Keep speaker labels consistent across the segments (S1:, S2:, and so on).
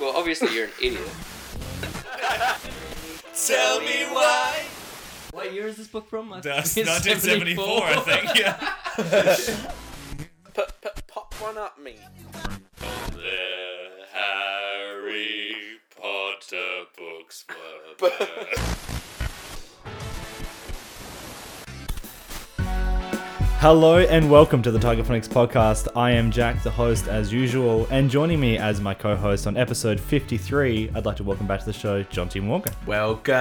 S1: Well, obviously you're an idiot.
S2: Tell me why.
S1: What year is this book from?
S2: That's 1974, I think. Yeah.
S3: P- p- pop one up me.
S2: the Harry Potter books were.
S4: Hello and welcome to the Tiger Phonics podcast. I am Jack, the host as usual, and joining me as my co-host on episode 53, I'd like to welcome back to the show, Jonty Morgan.
S5: Welcome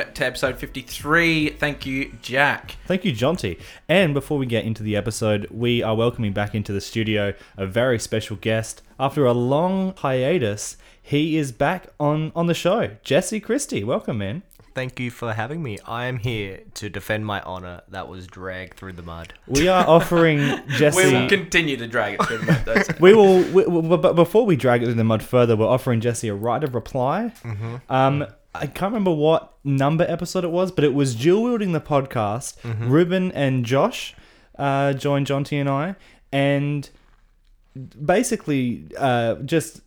S5: Um, to episode 53. Thank you, Jack.
S4: Thank you, Jonty. And before we get into the episode, we are welcoming back into the studio a very special guest. After a long hiatus, he is back on on the show. Jesse Christie, welcome, man.
S6: Thank you for having me. I am here to defend my honor that was dragged through the mud.
S4: We are offering Jesse.
S5: We will continue to drag it through the mud, that's it.
S4: we will. We, we, but before we drag it in the mud further, we're offering Jesse a right of reply. Um, I can't remember what number episode it was, but it was dual wielding the podcast. Ruben and Josh uh, joined Jonty and I, and basically uh, just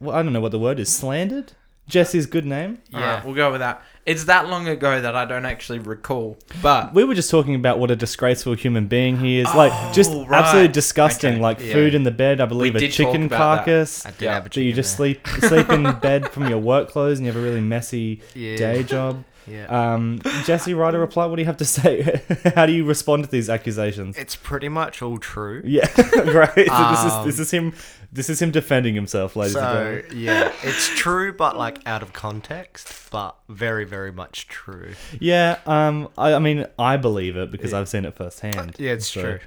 S4: well, I don't know what the word is slandered Jesse's good name.
S5: All right, we'll go with that. It's that long ago that I don't actually recall, but
S4: we were just talking about what a disgraceful human being he is. like, just
S6: Oh,
S5: right.
S4: absolutely disgusting.
S5: Okay,
S4: Like
S5: yeah.
S4: food in the bed. I believe
S5: We
S4: a
S5: did talk
S4: chicken
S5: about that.
S4: carcass.
S6: I did
S5: Yeah.
S6: have a
S4: So
S6: chicken
S4: you just
S6: there.
S4: sleep sleep in bed from your work clothes, and you have a really messy
S6: Yeah.
S4: day job.
S6: Yeah.
S4: Um, Jesse Ryder, reply. What do you have to say? How do you respond to these accusations?
S6: It's pretty much all true.
S4: Yeah, great. So
S6: Um,
S4: this is this is him. This is him defending himself, ladies and
S6: So
S4: gentlemen.
S6: yeah, it's true, but like out of context, but very, very much true.
S4: Yeah. Um. I, I mean, I believe it because I've seen it firsthand.
S6: Yeah, it's
S4: So-
S6: true.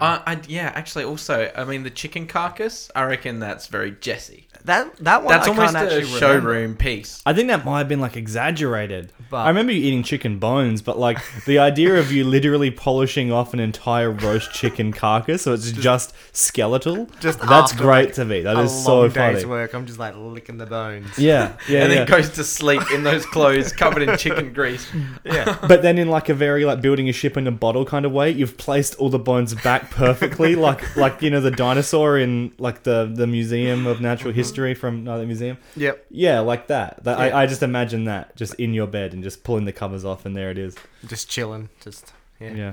S5: uh, I, yeah, actually, also, I mean, the chicken carcass, I reckon that's very Jesse.
S6: That that one
S5: That's
S6: I
S5: almost
S6: can't
S5: a
S6: actually
S5: showroom
S6: remember.
S5: piece.
S4: I think that might have been like exaggerated.
S6: But-
S4: I remember you eating chicken bones, but like the idea of you literally polishing off an entire roast chicken carcass, so it's just, skeletal.
S6: Just
S4: that's
S6: after,
S4: great
S6: like,
S4: to me. That
S6: a
S4: is so
S6: long
S4: funny.
S6: day's work. I'm just like licking the bones.
S4: Yeah, yeah,
S5: and
S4: yeah.
S5: then goes to sleep in those clothes covered in chicken grease.
S6: Yeah.
S4: but then in like a very like building a ship in a bottle kind of way, you've placed all the bones back perfectly, like like you know the dinosaur in like the the Museum of Natural
S6: Mm-hmm.
S4: History from no, the museum.
S6: Yep.
S4: Yeah, like that. that I, I just imagine that just in your bed and just pulling the covers off, and there it is.
S6: Just chilling. Just yeah.
S4: Yeah.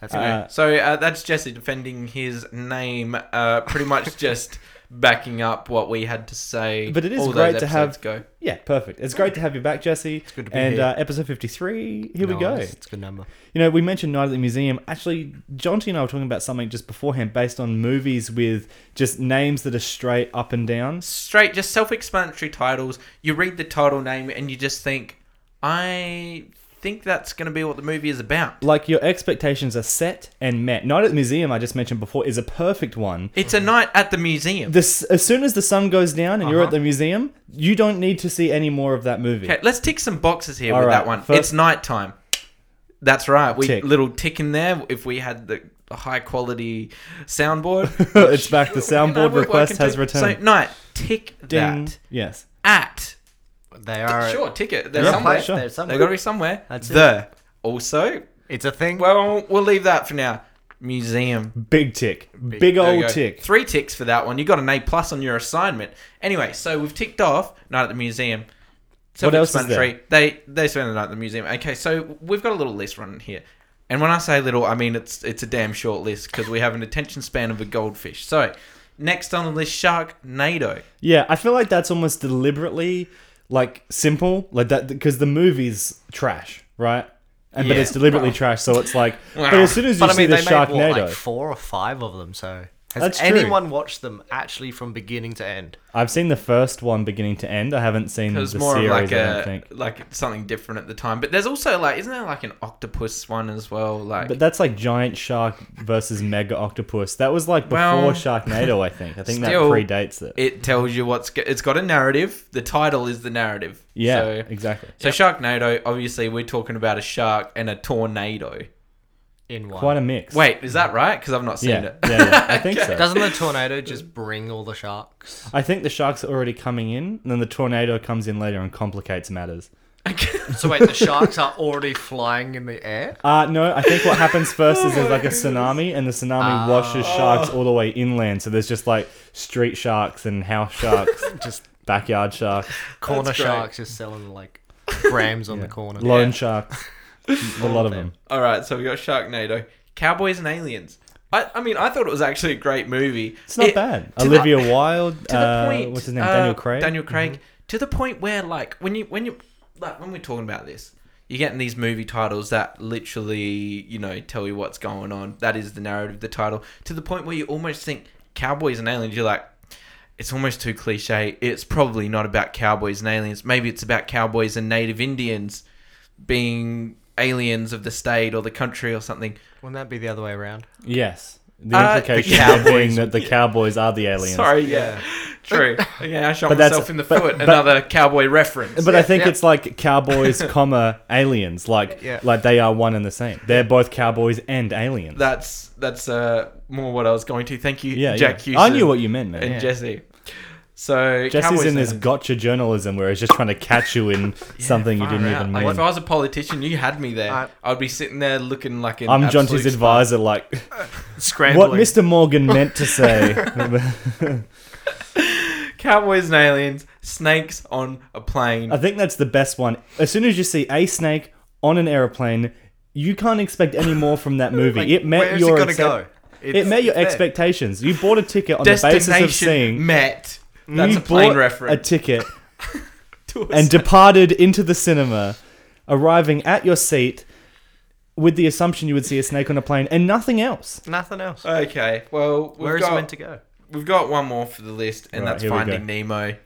S6: That's
S4: Uh,
S6: it.
S5: So uh, that's Jesse defending his name, uh, pretty much just backing up what we had to say.
S4: But it is
S5: all
S4: great
S5: those
S4: to have-
S5: episodes Go.
S4: Yeah, perfect. It's great to have you back, Jesse. It's
S6: good to be
S4: and,
S6: here.
S4: uh, episode 53, here we go.
S6: It's a good number.
S4: You know, we mentioned Night at the Museum. Actually, Jonty and I were talking about something just beforehand based on movies with just names that are straight up and down.
S5: Straight, just self-explanatory titles. You read the title name and you just think, I think that's going to be what the movie is about.
S4: Like, your expectations are set and met. Night at the Museum, I just mentioned before, is a perfect one.
S5: It's a night at the museum.
S4: This, as soon as Mm-hmm. the sun goes down and you're at
S6: Uh-huh.
S4: the museum, you don't need to see any more of that movie.
S5: Okay, let's tick some boxes here
S4: All
S5: with
S4: right,
S5: that one.
S4: first-
S5: It's nighttime. That's right. We
S4: Tick.
S5: little tick in there. If we had the high quality soundboard,
S4: it's back. The
S5: you know,
S4: soundboard
S5: we're
S4: request
S5: working
S4: has
S5: to-
S4: returned.
S5: So night, tick
S4: Ding.
S5: that
S4: Yes.
S5: at
S6: They are.
S5: Sure, ticket. They're
S6: They're
S5: somewhere.
S6: somewhere. They're
S5: They've got to be somewhere.
S6: That's it.
S5: the. Also,
S6: It's a thing.
S5: well, we'll leave that for now. Museum.
S4: Big tick. Big,
S5: There you
S4: old
S5: go.
S4: tick.
S5: Three ticks for that one. You got an A plus on your assignment. Anyway, so we've ticked off night at the museum.
S4: What else is there?
S5: Self-explanatory. They they spend the night at the museum. Okay, so we've got a little list running here, and when I say little, I mean it's it's a damn short list because we have an attention span of a goldfish. So next on the list, shark NATO.
S4: Yeah, I feel like that's almost deliberately like simple, like that because the movie's trash, right? And but
S5: Yeah.
S4: it's deliberately trash, so it's like. But as soon as you
S6: But I
S4: see
S6: mean,
S4: the
S6: they made what,
S4: Sharknado,
S6: like four or five of them. So has
S4: That's true.
S6: anyone watched them actually from beginning to end?
S4: I've seen the first one beginning to end. I haven't seen
S5: It
S4: the
S5: was more
S4: series.
S5: of like
S4: I don't
S5: a
S4: think.
S5: like something different at the time. But there's also like isn't there like an octopus one as well? Like
S4: But that's like giant shark versus mega octopus. That was like before
S5: Well-
S4: Sharknado, I think. I think
S5: Still-
S4: that predates it.
S5: it tells you what's go- it's got a narrative. The title is the narrative.
S4: yeah,
S5: So,
S4: exactly.
S5: so Sharknado. Obviously, we're talking about a shark and a tornado.
S6: In one.
S4: Quite a mix.
S5: Wait, is that right? Because I've not seen
S4: yeah,
S5: it.
S4: yeah, yeah, I think so.
S6: Doesn't the tornado just bring all the sharks?
S4: I think the sharks are already coming in, and then the tornado comes in later and complicates matters.
S6: So wait, the sharks are already flying in the air.
S4: Uh, no, I think what happens first is there's like a tsunami, and the tsunami
S5: Ah.
S4: washes sharks all the way inland. So there's just like street sharks and house sharks.
S6: Just
S4: backyard sharks,
S6: Corner
S5: That's great.
S6: sharks just selling like grams on the corner.
S4: lone sharks, a lot of them.
S5: All right, so we got Sharknado, Cowboys and Aliens. I, I mean, I thought it was actually a great movie.
S4: It's not
S5: It-
S4: bad.
S5: to the-
S4: Olivia Wilde.
S5: to the
S4: uh,
S5: point.
S4: What's his name?
S5: uh,
S4: Daniel Craig. Mm-hmm.
S5: Daniel Craig. To the point where, like, when you when you like when we're talking about this, you're getting these movie titles that literally, you know, tell you what's going on. That is the narrative, the title. To the point where you almost think cowboys and aliens. You're like, it's almost too cliche. It's probably not about cowboys and aliens. Maybe it's about cowboys and native Indians being aliens of the state or the country or something.
S6: Wouldn't that be the other way around?
S4: Yes. The
S5: Uh, the
S4: implication there
S5: Cowboys.
S4: being that the Cowboys are the aliens.
S5: Sorry, yeah. True. Yeah, I shot
S4: But that's-
S5: myself in the
S4: but-
S5: foot.
S4: but-
S5: Another cowboy reference.
S4: But I think
S6: yeah.
S4: it's like cowboys, comma aliens, like
S6: Yeah.
S4: like they are one and the same. They're both cowboys and aliens.
S5: That's that's uh more what I was going to. Thank you,
S4: yeah,
S5: Jack
S4: yeah.
S5: Houston.
S4: I knew what you meant, man.
S5: and Jesse. So
S4: Jesse's
S5: Cowboys
S4: in this
S5: and-
S4: gotcha journalism where he's just trying to catch you in something you
S5: Far
S4: didn't
S5: out.
S4: even
S5: Like,
S4: want.
S5: if I was a politician, you had me there.
S6: I-
S5: I'd be sitting there looking like an.
S4: I'm
S5: absolute
S4: Jonty's
S5: star.
S4: advisor, like
S6: Scrambling.
S4: what Mr. Morgan meant to say.
S5: Cowboys and aliens, snakes on a plane.
S4: I think that's the best one. As soon as you see a snake on an airplane, you can't expect any more from that movie. it met
S6: Where's
S4: your
S6: it gonna
S4: excep-
S6: go?
S4: It met your
S6: it's there.
S4: expectations. You bought a ticket on the basis
S5: Destination
S4: of seeing.
S5: met. That's
S4: you
S5: a plane
S4: bought
S5: reference.
S4: A ticket
S5: to a
S4: and departed into the cinema, arriving at your seat with the assumption you would see a snake on a plane and nothing else.
S6: Nothing else.
S5: Okay, well, we've
S6: Where is
S5: got,
S6: it meant to go?
S5: We've got one more for the list, and
S4: Right,
S5: that's
S4: here we go.
S5: Finding Nemo.
S4: Um,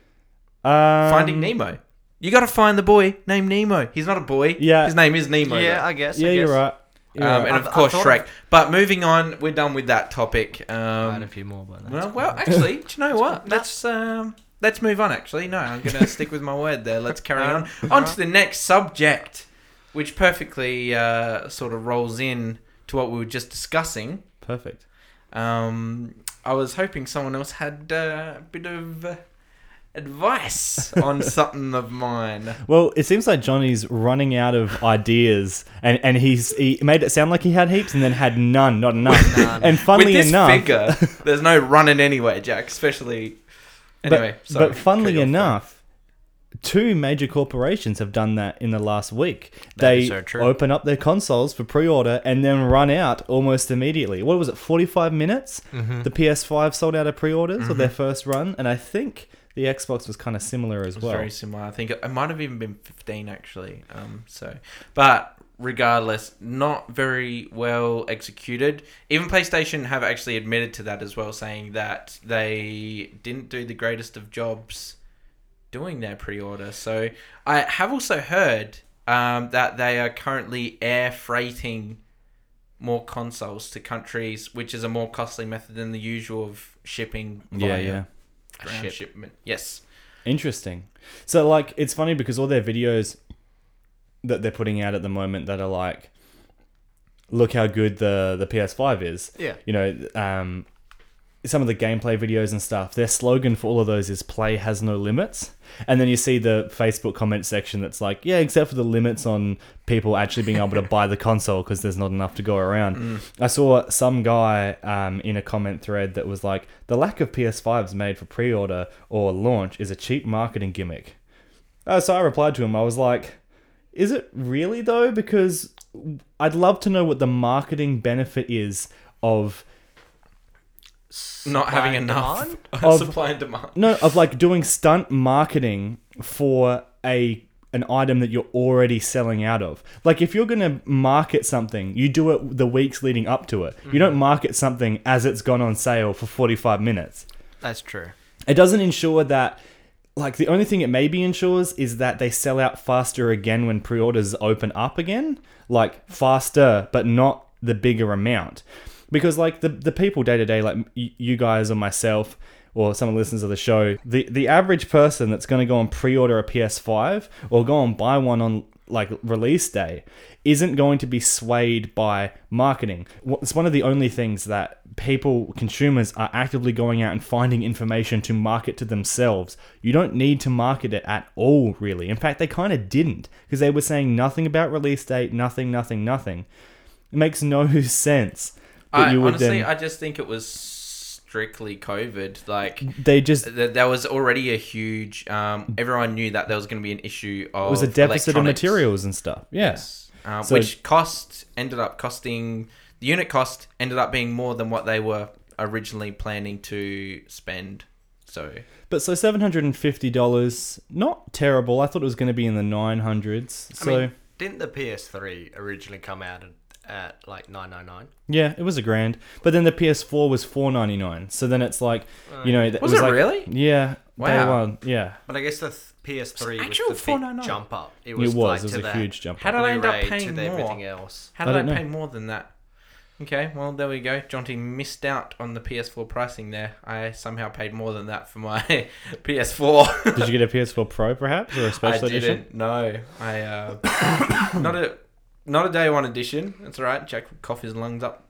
S5: Finding Nemo. You got to find the boy named Nemo. He's not a boy.
S4: Yeah.
S5: his name is Nemo.
S6: Yeah,
S5: though.
S6: I guess.
S4: Yeah,
S6: I
S4: you're
S6: guess.
S4: right. You're
S5: um,
S4: right.
S5: and of
S6: I- I
S5: course
S6: thought
S5: Shrek.
S6: of-
S5: But moving on, we're done with that topic.
S6: I had a
S5: Um,
S6: few more, but that's
S5: well, well, actually, do you know what? Let's um, let's move on. Actually, no, I'm gonna stick with my word there. Let's carry
S6: Uh,
S5: on on to the next subject, which perfectly uh, sort of rolls in to what we were just discussing.
S4: Perfect.
S5: Um, I was hoping someone else had uh, a bit of uh, advice on something of mine.
S4: Well, it seems like Johnny's running out of ideas, and, and he's he made it sound like he had heaps, and then had none, not enough. And
S5: With
S4: funnily
S5: this
S4: enough,
S5: figure, there's no running anywhere, Jack. Especially
S4: but,
S5: anyway. sorry,
S4: but funnily
S5: cut you off.
S4: enough, two major corporations have done that in the last week.
S6: That
S4: they
S6: is so true.
S4: open up their consoles for pre-order and then run out almost immediately. What was it? Forty-five minutes. The PS5 sold out of pre-orders or their first run, and I think the Xbox was kind of similar as
S5: It's
S4: well.
S5: very similar. I think it, it might have even been 15 actually. Um, so, but regardless, not very well executed. Even PlayStation have actually admitted to that as well, saying that they didn't do the greatest of jobs doing their pre-order. So, I have also heard um, that they are currently air freighting more consoles to countries, which is a more costly method than the usual of shipping.
S4: Yeah,
S5: via
S4: yeah.
S5: ground
S6: Ship.
S5: shipment. Yes.
S4: Interesting. So like it's funny because all their videos that they're putting out at the moment that are like look how good the the PS5 is.
S6: Yeah.
S4: You know, um some of the gameplay videos and stuff, their slogan for all of those is play has no limits. And then you see the Facebook comment section that's like, yeah, except for the limits on people actually being able to buy the console because there's not enough to go around. I saw some guy um, in a comment thread that was like, the lack of PS5s made for pre order or launch is a cheap marketing gimmick. Uh, so I replied to him, I was like, is it really though? Because I'd love to know what the marketing benefit is of
S5: not having
S6: Supply and
S5: enough
S6: demand?
S4: Of-
S5: supply and demand.
S4: no of like doing stunt marketing for a an item that you're already selling out of. Like if you're going to market something, you do it the weeks leading up to it. You don't market something as it's gone on sale for 45 minutes.
S6: That's true.
S4: It doesn't ensure that like the only thing it maybe ensures is that they sell out faster again when pre-orders open up again, like faster but not the bigger amount. Because like the the people day to day like y- you guys or myself or someone listens to the show, the the average person that's going to go and pre-order a PS5 or go and buy one on like release day isn't going to be swayed by marketing. Wha- It's one of the only things that people, consumers, are actively going out and finding information to market to themselves. You don't need to market it at all, really. In fact, they kind of didn't because they were saying nothing about release date, nothing, nothing, nothing. It makes no sense that
S5: I,
S4: you would
S5: honestly,
S4: then.
S5: I just think it was strictly COVID. Like
S4: They just
S5: th- there was already a huge. Um, everyone knew that there was going to be an issue of
S4: Mm. it was a deficit of
S5: electronics.
S4: materials and stuff. Yeah.
S5: Yes. Uh,
S4: So-
S5: which cost ended up costing the unit cost ended up being more than what they were originally planning to spend. So
S4: But so seven hundred and fifty dollars, not terrible. I thought it was going to be in the nine hundreds. So
S6: I mean, didn't the PS3 originally come out at, at like 999?
S4: yeah, it was a grand. But then the PS4 was four ninety nine. So then it's like, you know, that
S5: Was
S4: was
S5: it
S4: like-
S5: really?
S4: Yeah. Day
S5: Wow.
S4: one. Yeah.
S6: But I guess the th- PS3
S5: Actual
S6: was the big
S5: 499.
S6: jump up. It
S4: It was.
S6: was,
S4: It
S6: like
S4: was,
S6: to
S4: a
S6: the
S4: huge jump.
S5: how
S4: up.
S5: did I end up
S6: Blu-ray to
S5: paying
S6: the everything
S5: more?
S6: else?
S5: How
S4: I
S5: did I,
S4: don't know.
S5: pay more than that? Okay, well there we go. Jaunty missed out on the PS4 pricing there. I somehow paid more than that for my PS4.
S4: Did you get a PS4 Pro perhaps or a
S5: I
S4: special edition?
S5: didn't. No, I uh, not a not a day one edition. That's all right. Jack will cough his lungs up.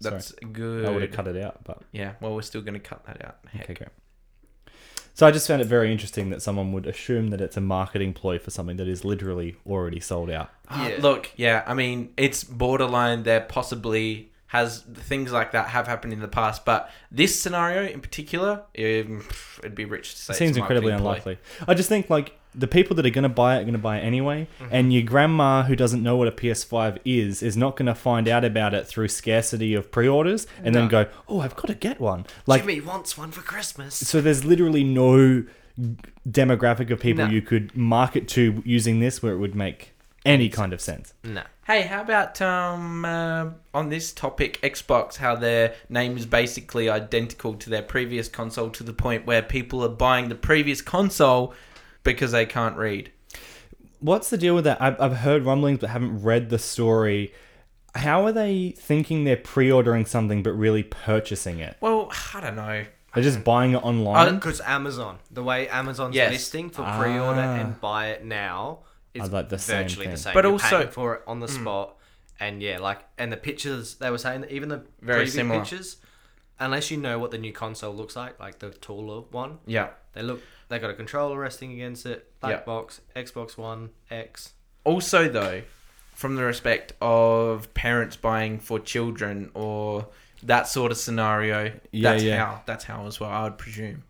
S5: That's good.
S4: I would have cut it out, but
S5: Yeah, well, we're still going to cut that out. Heck.
S4: okay, great. So I just found it very interesting that someone would assume that it's a marketing ploy for something that is literally already sold out.
S5: Ah,
S6: Yeah.
S5: Look, yeah, I mean, it's borderline. There possibly has things like that have happened in the past, but this scenario in particular, um, pff, it'd be rich to say.
S4: It
S5: it's
S4: seems
S5: a
S4: incredibly
S6: eh?
S5: marketing ploy.
S4: unlikely. I just think like the people that are going to buy it are going to buy it anyway,
S6: Mm-hmm.
S4: and your grandma who doesn't know what a PS5 is is not going to find out about it through scarcity of pre-orders and then go, "Oh, I've got to get one." Like
S6: Jimmy wants one for Christmas.
S4: so there's literally no demographic of people
S6: No.
S4: you could market to using this where it would make any kind of sense.
S6: No.
S5: Hey, how about um, uh, on this topic, Xbox? How their name is basically identical to their previous console to the point where people are buying the previous console because they can't read.
S4: what's the deal with that? I've, I've heard rumblings but haven't read the story. How are they thinking they're pre-ordering something but really purchasing it?
S5: Well, I don't know.
S4: They're
S6: Um,
S4: just buying it online.
S6: Because Amazon, the way Amazon's
S5: Yes.
S6: listing for pre-order
S4: Ah.
S6: and buy it now is
S4: like the same
S6: virtually
S4: thing.
S6: the same.
S5: But
S6: But You're
S5: also- Hmm.
S6: paying for it on the spot, and yeah, like and the pictures they were saying that even the
S5: Very
S6: preview
S5: similar.
S6: pictures, unless you know what the new console looks like, like the taller one,
S5: Yeah.
S6: they look they got a controller resting against it, black
S5: Yeah.
S6: box, Xbox One X.
S5: also though from the respect of parents buying for children or that sort of scenario
S4: Yeah,
S5: that's
S4: yeah.
S5: how that's how as well i would presume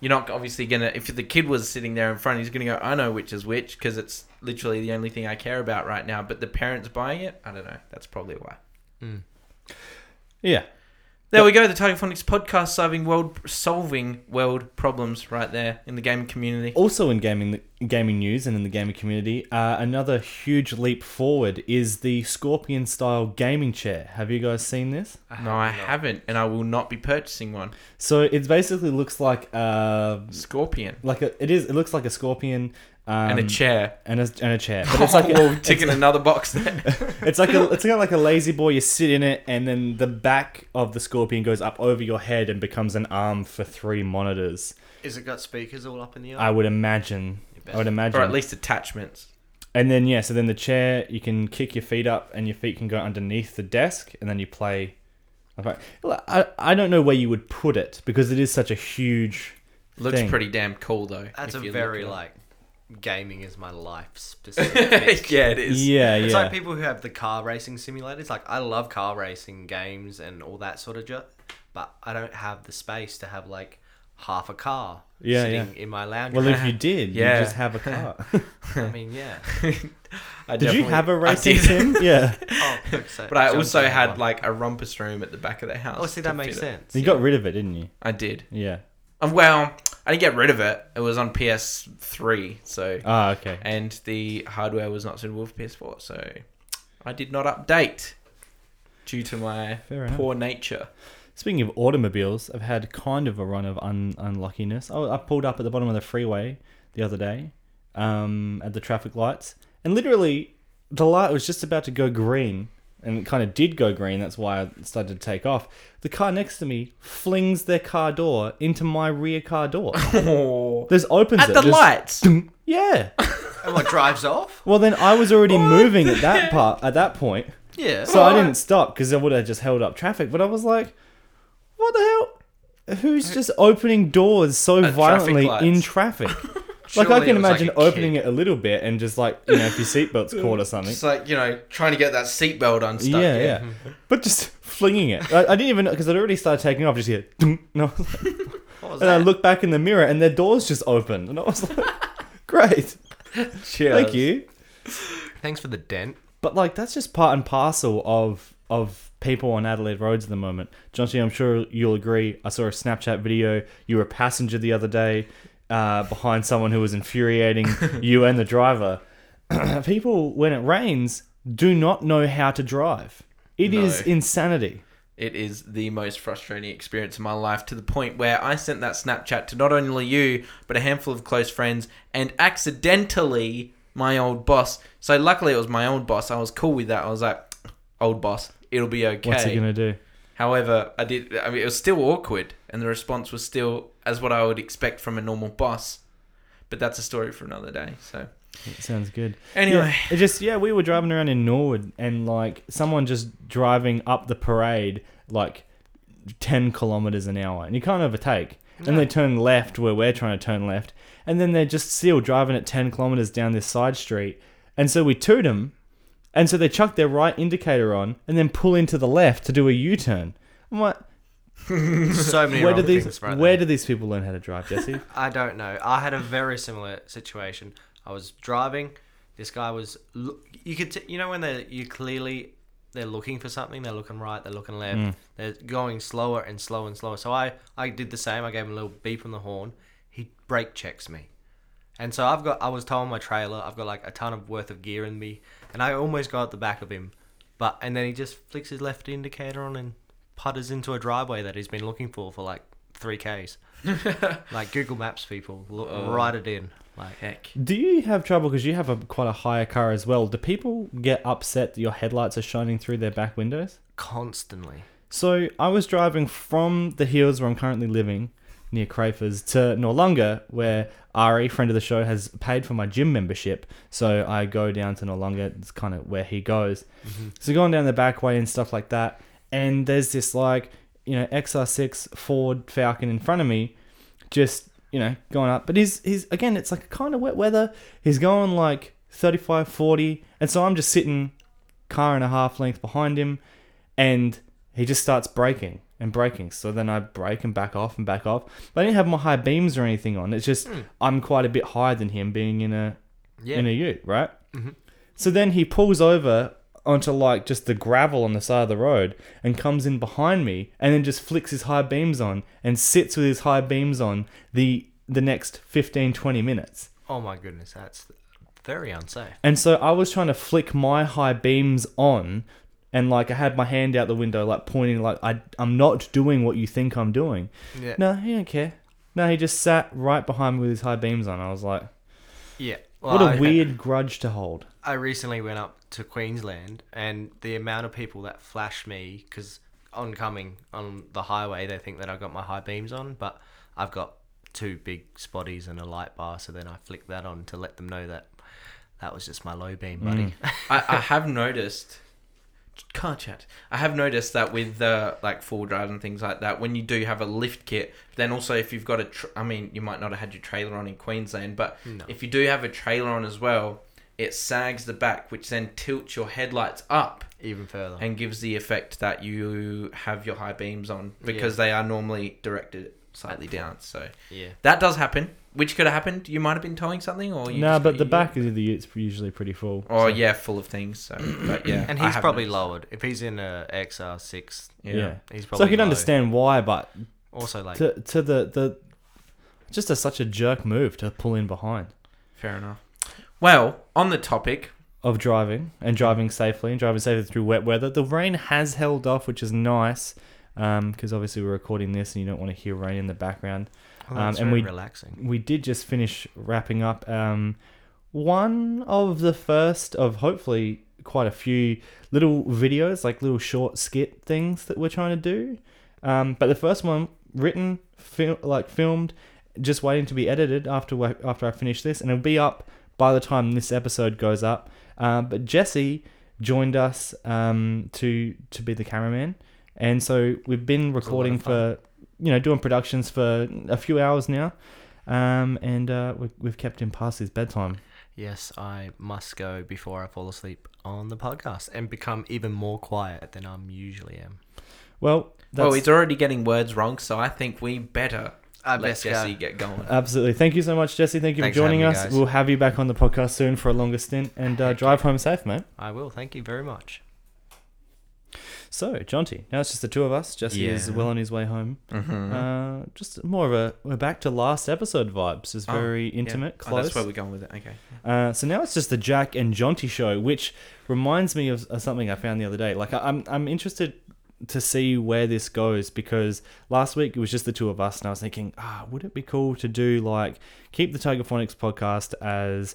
S5: you're not obviously gonna if the kid was sitting there in front he's gonna go i know which is which because it's literally the only thing i care about right now but the parents buying it i don't know that's probably why
S4: yeah.
S5: there we go the tiger phonics podcast solving world solving world problems right there in the gaming community
S4: Also in gaming gaming news and in the gaming community, uh, another huge leap forward is the Scorpion style gaming chair. Have you guys seen this?
S5: no i haven't and i will not be purchasing one
S4: So it basically looks like uh,
S5: scorpion
S4: like a, it is. It looks like a scorpion um,
S5: and a chair
S4: and a, and a chair. But it's like a,
S5: ticking another box there
S4: It's like a, it's kind of like a lazy boy. You sit in it, and then the back of the scorpion goes up over your head and becomes an arm for three monitors.
S6: Is it got speakers all up in the air?
S4: I would imagine. I would imagine.
S5: or at least attachments.
S4: and then yeah, so then the chair you can kick your feet up, and your feet can go underneath the desk, and then you play. Okay. Well, I I don't know where you would put it because it is such a huge.
S5: Looks
S4: thing.
S5: pretty damn cool though.
S6: That's
S5: if
S6: a
S5: you
S6: very
S5: look
S6: like gaming is my life
S5: it up.
S6: specific.
S5: yeah, it is.
S4: Yeah,
S6: It's
S4: yeah.
S6: like people who have the car racing simulators. Like I love car racing games and all that sort of junk, but I don't have the space to have like half a car
S4: Yeah,
S6: sitting in my lounge.
S4: well,
S6: room.
S4: if you did,
S5: Yeah.
S4: you just have a car.
S6: I mean, yeah.
S5: I
S4: did you
S5: definitely-
S4: have a
S5: I
S4: racing
S5: did.
S4: sim? Yeah.
S6: Oh, fuck's sake.
S5: But I
S6: Jump
S5: also
S6: in
S5: had
S6: one.
S5: like a rumpus room at the back of the house.
S6: Oh, see,
S5: to
S6: that makes
S5: fit it.
S6: sense.
S4: You got rid of it, didn't you?
S5: I did.
S4: Yeah.
S5: Um, well, I didn't get rid of it. It was on PS3, so
S4: Ah, okay.
S5: and the hardware was not suitable for PS4, so I did not update due to my
S4: Fair enough.
S5: poor nature.
S4: Speaking of automobiles, I've had kind of a run of un- unluckiness. I, I pulled up at the bottom of the freeway the other day um, at the traffic lights, and literally the light was just about to go green, and it kind of did go green. That's why I started to take off. The car next to me flings their car door into my rear car door.
S5: Oh.
S4: This opens
S5: At
S4: it,
S5: the
S4: just-
S5: lights.
S4: Yeah.
S6: And what drives off?
S4: Well, then I was already moving at that part at that point.
S6: Yeah.
S4: So I didn't stop because I would have just held up traffic. But I was like, what the hell? Who's just opening doors so
S5: traffic
S4: violently
S5: lights.
S4: in traffic? Like I
S5: surely
S4: can
S5: it was like
S4: imagine
S5: a
S4: opening
S5: kid.
S4: it a little bit and just like you know if your seatbelt's caught or something.
S5: It's like you know, trying to get that seatbelt unstuck.
S4: yeah, yeah, But just flinging it. I, I didn't even because I'd already started taking off. Just here, no. And
S6: What was
S4: I
S6: that?
S4: looked back in the mirror and their doors just opened, and I was like, "Great, thank you."
S6: Thanks for the dent.
S4: But like that's just part and parcel of of people on Adelaide roads at the moment. Johnny, I'm sure you'll agree. I saw a Snapchat video. You were a passenger the other day uh, behind someone who was infuriating you and the driver. people, when it rains, do not know how to drive. It is
S5: No.
S4: insanity.
S5: It is the most frustrating experience of my life to the point where I sent that Snapchat to not only you, but a handful of close friends and accidentally my old boss. So, luckily, it was my old boss. I was cool with that. I was like, old boss, it'll be okay.
S4: What's he gonna do?
S5: However, I did. I mean, it was still awkward, and the response was still as what I would expect from a normal boss. But that's a story for another day. So,
S4: It sounds good.
S5: Anyway.
S4: Yeah, it just yeah, we were driving around in Norwood and like someone just driving up the parade like ten kilometers an hour, and you can't overtake. And they turn left where we're trying to turn left, and then they're just still driving at ten kilometers down this side street, and so we toot them, and so they chuck their right indicator on, and then pull into the left to do a U turn. I'm like,
S6: So many
S4: where do
S6: wrong
S4: these
S6: things right
S4: where
S6: there.
S4: do these people learn how to drive, Jesse?
S6: I don't know. I had a very similar situation. I was driving. This guy was. lo- You could. T- you know when they you clearly they're looking for something. They're looking right. They're looking left. They're going slower and slower and slower. So I I did the same. I gave him a little beep on the horn. He brake checks me. And so I've got I was towing my trailer. I've got like a ton of worth of gear in me, and I almost got at the back of him, but and then he just flicks his left indicator on and putters into a driveway that he's been looking for for like three k's. like Google Maps people, look,
S5: Oh.
S6: write it in. Like
S5: heck.
S4: Do you have trouble because you have a quite a higher car as well? Do people get upset that your headlights are shining through their back windows?
S6: constantly.
S4: So I was driving from the hills where I'm currently living, near Crafers, to Norlunga, where Ari, friend of the show, has paid for my gym membership. So I go down to Norlunga. It's kind of where he goes. So going down the back way and stuff like that, and there's this like you know XR6 Ford Falcon in front of me, just you know going up. But he's he's again, it's like kind of wet weather. He's going like 35, 40, and so I'm just sitting car and a half length behind him and he just starts braking and braking. So then I brake and back off and back off. But I didn't have my high beams or anything on. It's just I'm quite a bit higher than him being in a
S6: Yeah.
S4: in a U, right? So then he pulls over onto like just the gravel on the side of the road and comes in behind me and then just flicks his high beams on and sits with his high beams on the the next 15 20 minutes.
S6: Oh my goodness, that's very unsafe.
S4: And so I was trying to flick my high beams on, and like I had my hand out the window, like pointing, like I I'm not doing what you think I'm doing.
S6: Yeah.
S4: No, he don't care. No, he just sat right behind me with his high beams on. I was like,
S6: Yeah.
S4: what
S6: a
S4: a weird grudge to hold.
S6: I recently went up to Queensland, and the amount of people that flash me because oncoming on the highway, they think that I got my high beams on, but I've got two big spotties and a light bar, so then I flick that on to let them know that that was just my low beam, buddy.
S4: Mm.
S5: I, I have noticed car chat. I have noticed that with uh, like four drive and things like that, when you do have a lift kit, then also if you've got a, tr- I mean, you might not have had your trailer on in Queensland, but if you do have a trailer on as well, it sags the back, which then tilts your headlights up
S6: Even
S4: Oh.
S6: further.
S5: and gives the effect that you have your high beams on because they are normally directed slightly down. So
S6: yeah.
S5: that does happen, which could have happened. You might have been towing something, or you
S4: No,
S5: just-
S4: but the
S5: you-
S4: back of the ute's usually pretty full.
S5: Oh
S4: so-
S5: yeah, full of things. So, but yeah,
S6: And
S5: I
S6: he's
S5: have
S6: probably
S5: noticed.
S6: lowered. If he's in a XR6,
S4: yeah.
S6: he's
S4: So
S6: probably.
S4: I can
S6: low.
S4: understand why, but
S6: Also, like,
S4: to to the the just a, such a jerk move to pull in behind
S5: Fair enough. Well, on the topic,
S4: of driving and driving safely and driving safely through wet weather. The rain has held off, which is nice because obviously we're recording this and you don't want to hear rain in the background. um,
S6: it's
S4: and
S6: oh, very
S4: we
S6: relaxing.
S4: we did just finish wrapping up um, one of the first of hopefully quite a few little videos, like little short skit things that we're trying to do. Um, but the first one written, fil- like filmed, just waiting to be edited after wa- after I finish this, and it'll be up by the time this episode goes up. Um, but Jesse joined us um, to to be the cameraman, and so we've been recording for you know doing productions for a few hours now. Um, and uh, we, we've kept him past his bedtime.
S6: Yes, I must go before I fall asleep on the podcast and become even more quiet than I'm usually am.
S4: Well, that's
S5: Well, he's already getting words wrong, so I think we better
S6: I
S5: let
S6: best go.
S5: Jesse get going.
S4: absolutely. Thank you so much, Jesse. Thank you
S6: Thanks
S4: for
S6: for
S4: joining
S6: having me,
S4: us.
S6: guys.
S4: We'll have you back on the podcast soon for a longer stint, and uh, drive home safe, mate.
S6: I will. Thank you very much.
S4: So, Jonty, now it's just the two of us. Jesse is
S5: Yeah. Mm-hmm.
S4: well on his way home. Uh, just more of a we're back to last episode vibes. It's
S5: Oh,
S4: very
S5: yeah.
S4: intimate,
S5: Oh,
S4: close.
S5: that's where we're going with it. Okay.
S4: Uh, so now it's just the Jack and Jonty show, which reminds me of, of something I found the other day. Like I, I'm, I'm interested to see where this goes because last week it was just the two of us, and I was thinking, ah, would it be cool to do like keep the Tiger Phonics podcast as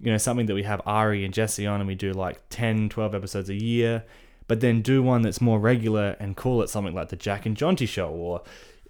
S4: you know something that we have Ari and Jesse on, and we do like 10, 12 episodes a year, but then do one that's more regular and call it something like the Jack and Jonty show, or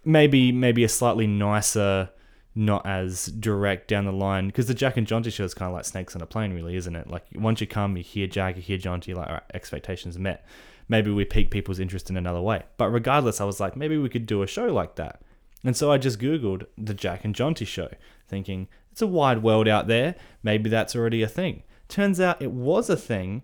S4: maybe maybe a slightly nicer not as direct down the line because the Jack and Jonty show is kind of like snakes on a plane, really, isn't it? Like once you come, you hear Jack, you hear Jonty, like all right, expectations met. Maybe we pique people's interest in another way. But regardless, I was like, maybe we could do a show like that. And so I just Googled the Jack and Jonty show, thinking it's a wide world out there. Maybe that's already a thing. Turns out it was a thing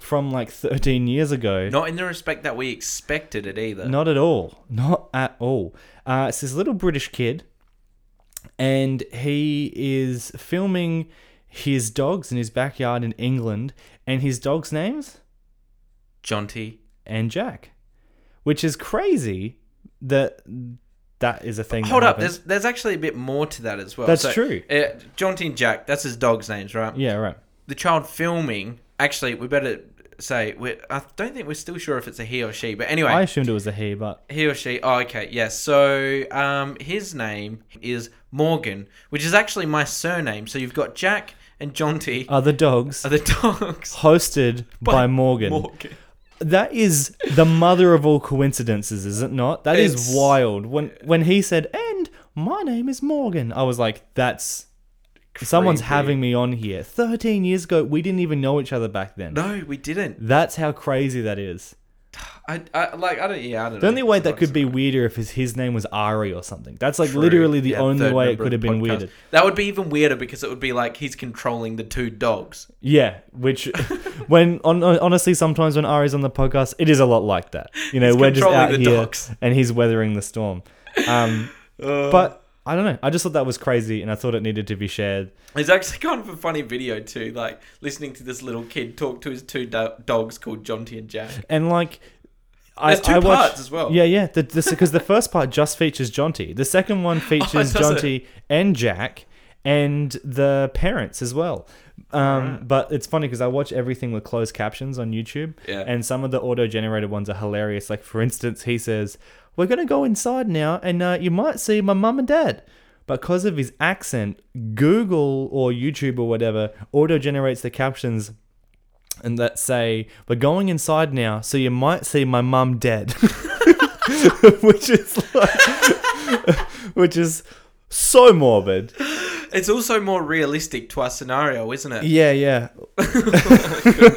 S4: from like 13 years ago.
S5: Not in the respect that we expected it either.
S4: Not at all. Not at all. Uh, it's this little British kid, and he is filming his dogs in his backyard in England, and his dogs' names
S5: Jonty.
S4: and Jack, which is crazy that that is a thing. that
S5: Hold up.
S4: happens.
S5: There's there's actually a bit more to that as well.
S4: That's true.
S5: Uh, Jonty and Jack. That's his dog's names, right?
S4: yeah, right.
S5: The child filming. Actually, we better say we. I don't think we're still sure if it's a he or she. But anyway,
S4: I assumed it was a he, but
S5: He or she. Oh, okay. Yes. so um, his name is Morgan, which is actually my surname. So you've got Jack and Jonty
S4: are the dogs
S5: are the dogs.
S4: hosted Uh, by, Morgan? That is the mother of all coincidences, is it not? That is
S5: It's-
S4: wild. When when he said, "And my name is Morgan," I was like, "That's someone's
S5: Creepy.
S4: having me on here." Thirteen years ago, we didn't even know each other back then.
S5: No, we didn't.
S4: That's how crazy that is.
S5: I, I like. I don't. Yeah. I don't.
S4: The only
S5: know.
S4: way
S5: It's
S4: that
S5: not-
S4: could
S5: it's
S4: be
S5: not
S4: weirder if his, his name was Ari or something. That's like
S5: true.
S4: literally the
S5: Yeah,
S4: only
S5: third
S4: way it
S5: member
S4: could have
S5: of the
S4: been
S5: podcast.
S4: weirded.
S5: That would be even weirder because it would be like he's controlling the two dogs.
S4: Yeah, which when on, honestly sometimes when Ari's on the podcast, it is a lot like that. You know,
S5: He's
S4: we're just
S5: controlling
S4: out
S5: the
S4: here
S5: dogs. Uh.
S4: and he's weathering the storm. Um, but I don't know. I just thought that was crazy, and I thought it needed to be shared.
S5: It's actually kind of a funny video too. Like listening to this little kid talk to his two do- dogs called Jonty and Jack.
S4: And like, I,
S5: There's two
S4: I watched,
S5: parts as well.
S4: Yeah, yeah. Because the, 'cause the first part just features Jonty. The second one features
S5: does Oh, it?
S4: Jonty and Jack and the parents as well. Um, But it's funny because I watch everything with closed captions on YouTube,
S5: Yeah.
S4: and some of the auto-generated ones are hilarious. Like for instance, he says, "We're gonna go inside now, and uh, you might see my mum and dad." Because of his accent, Google or YouTube or whatever auto generates the captions and that say, "We're going inside now, so you might see my mum dead," which is like, which is so morbid.
S5: It's also more realistic to our scenario, isn't it?
S4: Yeah, yeah. I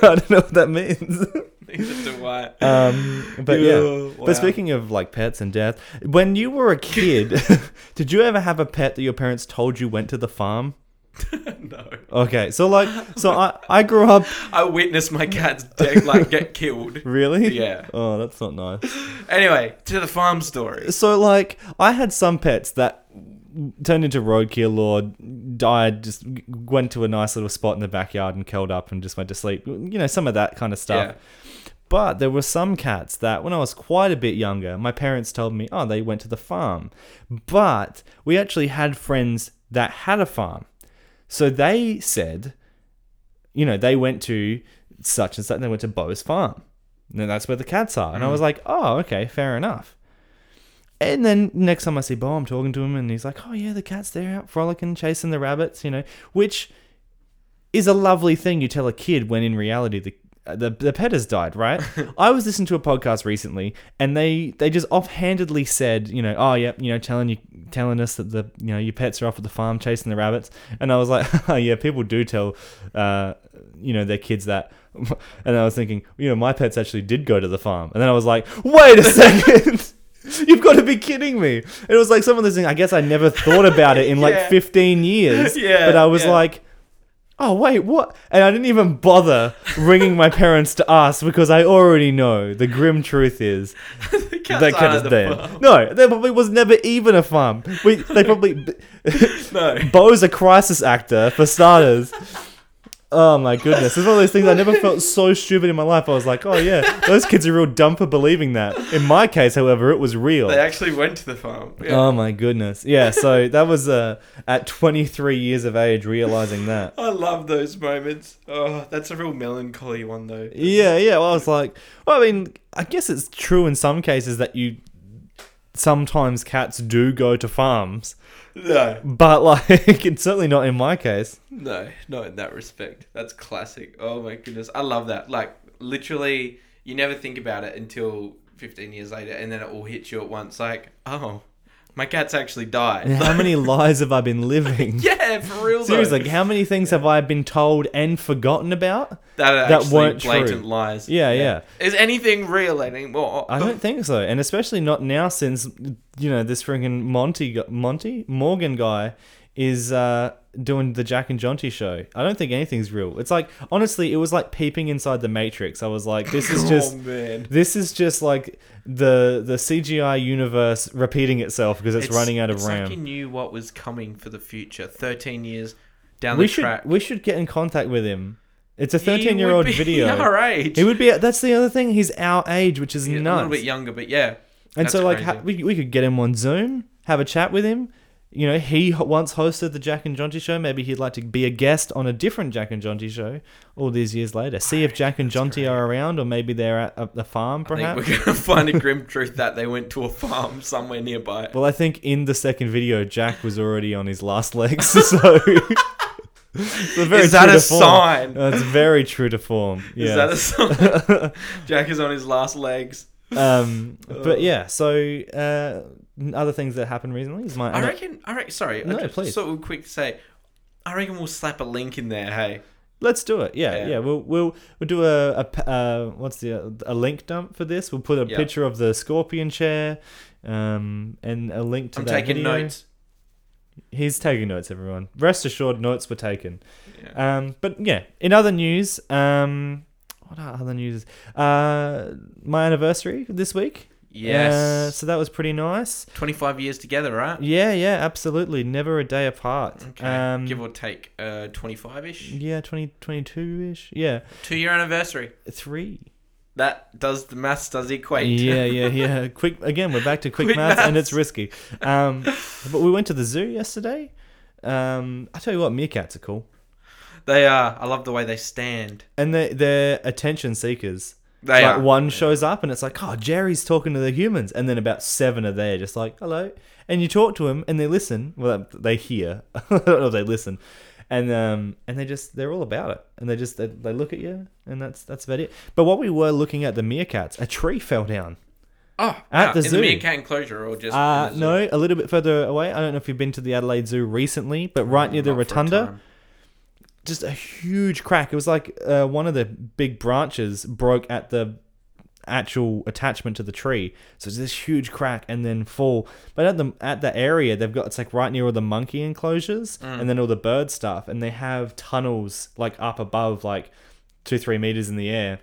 S4: don't know what that means.
S5: Neither do I.
S4: Um, but yeah.
S5: Yeah, wow.
S4: But speaking of like pets and death, when you were a kid, did you ever have a pet that your parents told you went to the farm?
S5: no.
S4: Okay, so like, so I I grew up
S5: I witnessed my cat's deck like get killed.
S4: really.
S5: Yeah.
S4: Oh, that's not nice.
S5: Anyway, to the farm story.
S4: so like I had some pets that turned into roadkill or died just g- went to a nice little spot in the backyard and curled up and just went to sleep you know some of that kind of stuff but there were some cats that when i was quite a bit younger my parents told me oh they went to the farm but we actually had friends that had a farm so they said you know they went to such and such they went to bo's farm and then that's where the cats are and i was like oh okay fair enough and then next time I see Bo, I'm talking to him, and he's like, "Oh yeah, the cat's there out frolicking, chasing the rabbits," you know, which is a lovely thing you tell a kid when in reality the uh, the, the pet has died, right? I was listening to a podcast recently, and they they just offhandedly said, you know, oh yeah, you know, telling you telling us that the you know your pets are off at the farm chasing the rabbits, and I was like, oh, yeah, people do tell, uh, you know, their kids that. And I was thinking, you know, my pets actually did go to the farm, and then I was like, wait a second. You've got to be kidding me. It was like some of those things. I guess I never thought about it in like 15 years.
S5: Yeah,
S4: But I was
S5: yeah.
S4: like, oh, wait, what? And I didn't even bother ringing my parents to ask because I already know the grim truth is that kid is dead. No, there probably was never even a farm. We, they probably.
S5: No.
S4: Bo's a crisis actor, for starters. Oh my goodness. It's one of those things I never felt so stupid in my life. I was like, oh yeah, those kids are real dumb for believing that. In my case, however, it was real.
S5: They actually went to the farm. Yeah.
S4: Oh my goodness. Yeah, so that was uh, at 23 years of age realizing that.
S5: I love those moments. Oh, that's a real melancholy one though.
S4: Yeah, yeah. Well, I was like, well, I mean, I guess it's true in some cases that you sometimes cats do go to farms,
S5: No,
S4: but like, it's certainly not in my case.
S5: no, not in that respect. That's classic. Oh my goodness, I love that. Like literally, you never think about it until 15 years later, and then it all hits you at once. Like, oh, my cat's actually died.
S4: And How many lies have I been living?
S5: yeah, for real. though.
S4: Seriously, how many things have I been told and forgotten about?
S5: that are
S4: that
S5: actually
S4: weren't true.
S5: blatant lies.
S4: Yeah, yeah.
S5: Is anything real uh, anymore?
S4: I don't think so, and especially not now since you know this freaking Monty gu- Monty Morgan guy is uh, doing the Jack and Jonty show. I don't think anything's real. It's like honestly, it was like peeping inside the Matrix. I was like, this is just
S5: oh man.
S4: this is just like the the CGI universe repeating itself because it's, running out of
S5: it's
S4: RAM.
S5: Like you knew what was coming for the future. Thirteen years down
S4: we
S5: the
S4: should
S5: track.
S4: we should get in contact with him. It's a
S5: He would
S4: thirteen year old
S5: be
S4: video.
S5: Our age.
S4: He would be. That's the other thing. He's our age, which is
S5: He's a
S4: nuts.
S5: little bit younger, but yeah.
S4: and
S5: That's
S4: so, like,
S5: crazy.
S4: ha- we we could get him on Zoom, have a chat with him. You know, he h- once hosted the Jack and Jonty show. Maybe he'd like to be a guest on a different Jack and Jonty show. All these years later, see if Jack and Jonty are around, or maybe they're at a, the farm,
S5: I think
S4: perhaps.
S5: we're gonna find a grim truth that they went to a farm somewhere nearby.
S4: well, I think in the second video, Jack was already on his last legs, so. It's a very
S5: Is that
S4: true to
S5: a
S4: form.
S5: sign?
S4: That's very true to form. Yeah.
S5: Is that a song? Jack is on his last legs.
S4: um,
S5: Oh.
S4: but yeah, so uh, other things that happened recently is my.
S5: I reckon. I reckon. Sorry.
S4: No,
S5: I just
S4: please.
S5: Sort of quick to say. I reckon we'll slap a link in there. Hey.
S4: let's do it. Yeah, yeah.
S5: Yeah.
S4: We'll we'll we'll do a, a p- uh, what's the a link dump for this. We'll put a
S5: Yeah.
S4: picture of the scorpion chair, um, and a link to
S5: I'm
S4: that
S5: taking
S4: video.
S5: notes.
S4: He's taking notes, everyone. Rest assured, notes were taken.
S5: Yeah.
S4: Um, but yeah, in other news, um, what are other news? Uh, my anniversary this week.
S5: Yes.
S4: Uh, so that was pretty nice.
S5: 25 years together, right?
S4: Yeah, yeah, absolutely. Never a day apart.
S5: Okay.
S4: Um,
S5: Give or take, uh, 25 ish.
S4: Yeah, 2022 ish. Yeah,
S5: Two year anniversary.
S4: three.
S5: That does the maths does equate.
S4: Yeah, yeah, yeah. Quick again. We're back to quick,
S5: Quick
S4: maths, and
S5: maths.
S4: it's risky. Um, but we went to the zoo yesterday. Um, I tell you what, meerkats are cool,
S5: they are. I love the way they stand.
S4: and they they're attention seekers.
S5: They
S4: like
S5: are.
S4: one shows up and it's like, oh, Jerry's talking to the humans, and then about seven are there, just like hello, and you talk to them and they listen. Well, they hear. I don't know if they listen, and um, and they just they're all about it, and they just they, they look at you, and that's that's about it. But what we were looking at the meerkats, a tree fell down.
S5: Oh,
S4: At the
S5: in
S4: zoo.
S5: the meerkat enclosure or just.
S4: Uh,
S5: in the zoo?
S4: no, a little bit further away. I don't know if you've been to the Adelaide Zoo recently, but right near the
S5: Not for a
S4: rotunda,
S5: time.
S4: just a huge crack. It was like uh, one of the big branches broke at the actual attachment to the tree. So it's this huge crack and then fall. But at the at the area they've got it's like right near all the monkey enclosures
S5: Mm.
S4: and then all the bird stuff and they have tunnels like up above like two, three meters in the air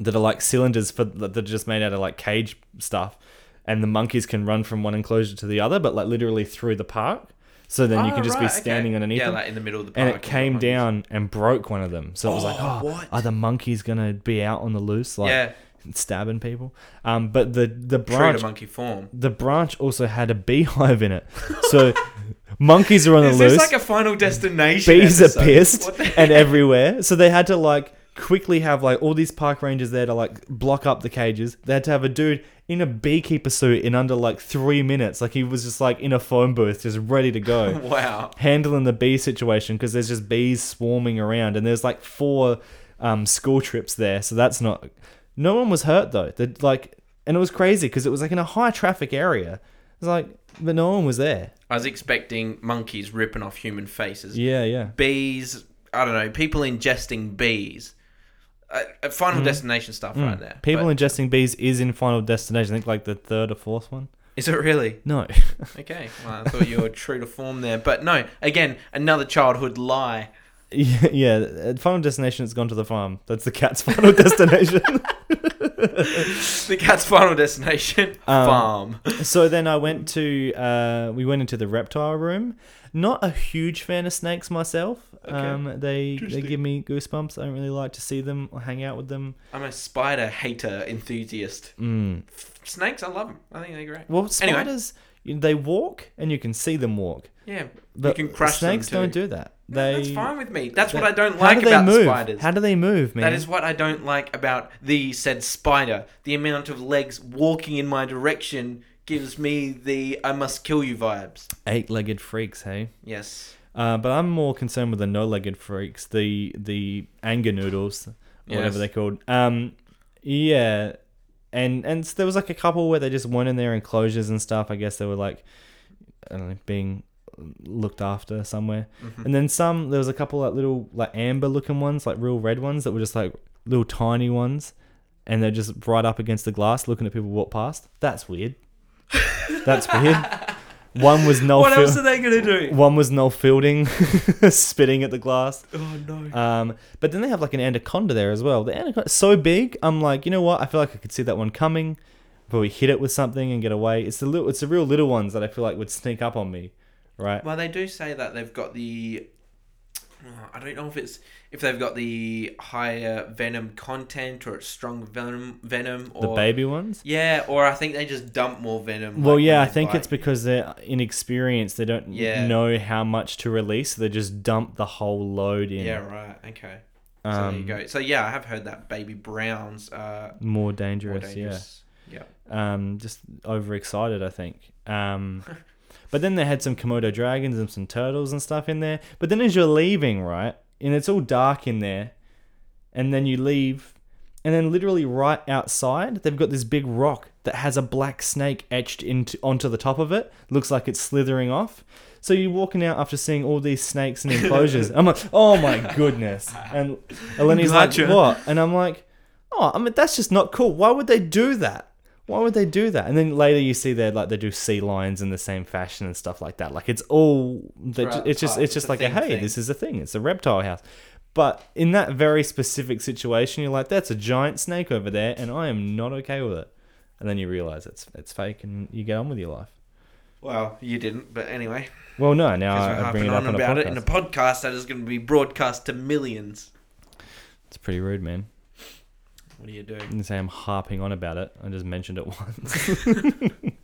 S4: that are like cylinders for that are just made out of like cage stuff, and the monkeys can run from one enclosure to the other, but like literally through the park. So then you
S5: Oh,
S4: can just be
S5: right, okay.
S4: standing underneath
S5: Yeah,
S4: them.
S5: like in the middle of the park.
S4: and it came down and broke one of them. So it was like, oh, are the monkeys gonna be out on the loose, like
S5: Yeah.
S4: stabbing people? Um, but the the
S5: True to
S4: branch
S5: monkey form.
S4: the branch also had a beehive in it. So monkeys are on
S5: Is
S4: the loose
S5: this like a final destination?
S4: bees are
S5: episode?
S4: pissed
S5: What the
S4: and everywhere. So they had to like quickly have like all these park rangers there to like block up the cages. They had to have a dude in a beekeeper suit in under like three minutes. Like he was just like in a phone booth, just ready to go.
S5: Wow.
S4: Handling the bee situation because there's just bees swarming around and there's like four um, school trips there. So that's not. No one was hurt though. They like, and it was crazy because it was like in a high traffic area. It's like, but no one was there.
S5: I was expecting monkeys ripping off human faces.
S4: Yeah, yeah.
S5: bees. I don't know. People ingesting bees. uh, uh, Final Destination stuff right there.
S4: Mm-hmm. Hmm. Mm. People
S5: but-
S4: ingesting bees is in Final Destination. I think like the third or fourth one.
S5: is it really?
S4: No,
S5: Okay, well, I thought you were true to form there, but no. Again, another childhood lie.
S4: yeah, yeah, at Final Destination. It's gone to the farm. That's the cat's Final Destination.
S5: The cat's final destination
S4: Um,
S5: farm.
S4: so then I went to uh, we went into the reptile room. Not a huge fan of snakes myself. Um, they they give me goosebumps. I don't really like to see them or hang out with them.
S5: I'm a spider hater enthusiast.
S4: Mm.
S5: Snakes, I love them. I think they're great.
S4: Well,
S5: Anyway.
S4: spiders you- they walk and you can see them walk,
S5: Yeah,
S4: but
S5: you can crush
S4: snakes
S5: them
S4: don't
S5: too.
S4: do that. They
S5: No, that's fine with me. That's what I
S4: How
S5: don't
S4: do
S5: like
S4: they
S5: about the
S4: move?
S5: spiders.
S4: How do they move, man?
S5: That is what I don't like about the said spider. The amount of legs walking in my direction gives me the I must kill you vibes.
S4: eight-legged freaks, hey.
S5: Yes.
S4: Uh, but I'm more concerned with the no-legged freaks, the the anger noodles, or
S5: Yes.
S4: whatever they're called. Um, yeah, and and s there was like a couple where they just weren't in their enclosures and stuff. I guess they were like, I don't know, being looked after somewhere. And then some, there was a couple like little like amber-looking ones, like real red ones that were just like little tiny ones, and they're just right up against the glass, looking at people walk past. That's weird. That's weird. One was no.
S5: what
S4: fil-
S5: else are they gonna do?
S4: one was Noel Fielding spitting at the glass.
S5: Oh no.
S4: Um, but then they have like an anaconda there as well. The anaconda so big. I'm like, you know what? I feel like I could see that one coming. Probably hit it with something and get away. It's the little, it's the real little ones that I feel like would sneak up on me, right?
S5: Well, they do say that they've got the. Oh, I don't know if it's if they've got the higher venom content or it's strong venom venom or
S4: The baby ones.
S5: Yeah, or I think they just dump more venom. like,
S4: Well,
S5: when
S4: yeah, I
S5: they
S4: think
S5: bite
S4: it's
S5: you.
S4: because they're inexperienced. They don't
S5: Yeah.
S4: know how much to release. So they just dump the whole load in.
S5: Yeah. Right. Okay. So there you
S4: um,
S5: go. So yeah, I have heard that baby browns are
S4: more
S5: more
S4: dangerous. Yeah.
S5: dangerous. Yeah.
S4: um, just overexcited, I think. Um, but then they had some Komodo dragons and some turtles and stuff in there. But then as you're leaving, right, and it's all dark in there, and then you leave, and then literally right outside, they've got this big rock that has a black snake etched into onto the top of it. Looks like it's slithering off. So you're walking out after seeing all these snakes and enclosures. I'm like, oh my goodness. And Eleni's like,
S5: Gotcha.
S4: what? And I'm like, oh, I mean, that's just not cool. Why would they do that? Why would they do that? And then later you see they like they do sea lions in the same fashion and stuff like that. Like it's all they ju-
S5: Right,
S4: it's just
S5: right.
S4: it's
S5: It's
S4: just
S5: a
S4: like a,
S5: thing
S4: hey,
S5: thing.
S4: this is a thing. It's a reptile house. But in that very specific situation, you're like, that's a giant snake over there, and I am not okay with it. And then you realize it's it's fake, and you get on with your life.
S5: Well, you didn't, but anyway.
S4: Well, no, now
S5: Because we're
S4: I, I bring
S5: harping
S4: it Uh, up
S5: on
S4: on a
S5: about it
S4: podcast.
S5: in a podcast that is going to be broadcast to millions.
S4: It's pretty rude, man.
S5: What do you do?
S4: I didn't say I'm harping on about it. I just mentioned it once.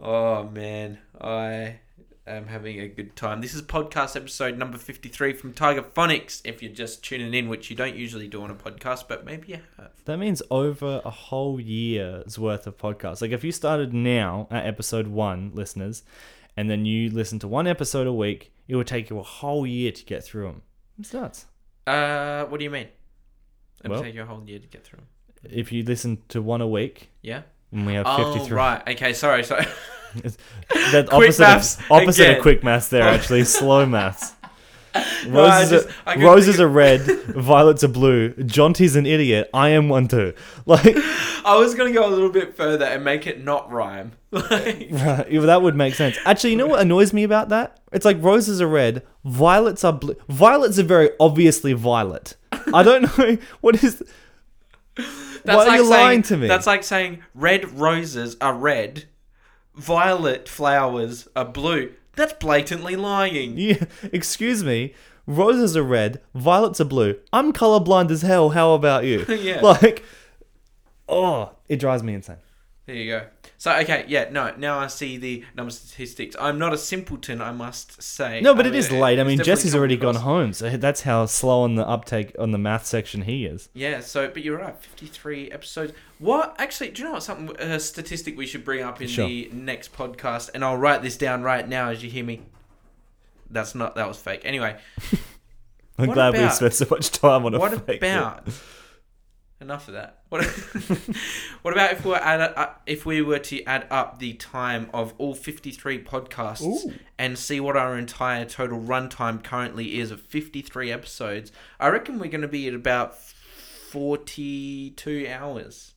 S5: Oh man, I am having a good time. This is podcast episode number fifty-three from Tiger Phonics. If you're just tuning in, which you don't usually do on a podcast, but maybe you have.
S4: That means over a whole year's worth of podcasts. Like if you started now at episode one, listeners, and then you listen to one episode a week, it would take you a whole year to get through them. It's nuts.
S5: Uh, what do you mean? It'll
S4: Well-
S5: take you a whole year to get through. 'em.
S4: If you listen to one a week,
S5: Yeah.
S4: and Mm, we have
S5: Oh
S4: 53.
S5: right. Okay. Sorry. Sorry.
S4: That
S5: Quick
S4: opposite
S5: maths
S4: of, opposite
S5: again. Oh.
S4: of quick maths there, actually. Slow maths. Roses,
S5: I just- I
S4: are,
S5: couldn't
S4: roses
S5: think of-
S4: are red, violets are blue. Jonty's an idiot. I am one too. Like,
S5: I was gonna go a little bit further and make it not rhyme. Like,
S4: Right, yeah, that would make sense. Actually, you know what annoys me about that? It's like roses are red, violets are blue. Violets are very obviously violet. I don't know what is.
S5: that's
S4: Why are you
S5: saying,
S4: lying to me?
S5: That's like saying red roses are red, violet flowers are blue. That's blatantly lying.
S4: Yeah, excuse me. Roses are red, violets are blue. I'm colorblind as hell. How about you?
S5: Yeah.
S4: Like, oh, it drives me insane.
S5: There you go. So okay, yeah, no. Now I see the number statistics. I'm not a simpleton, I must say.
S4: No, but
S5: I
S4: it
S5: mean,
S4: is late. I
S5: Oh, it's
S4: mean,
S5: definitely
S4: Jesse's
S5: come
S4: already
S5: across.
S4: gone home, so that's how slow on the uptake on the math section he is.
S5: Yeah, so but you're right. 53 episodes. What actually? Do you know what something a statistic we should bring up in
S4: Sure.
S5: the next podcast? And I'll write this down right now as you hear me. That's not. That was fake. Anyway,
S4: I'm
S5: What
S4: glad we
S5: about-
S4: spent so much time on a
S5: what
S4: fake
S5: about? Enough of that. What, what about if we were add up, if we were to add up the time of all 53 podcasts and see what our entire total runtime currently is of 53 episodes? I reckon we're going to be at about 42 hours.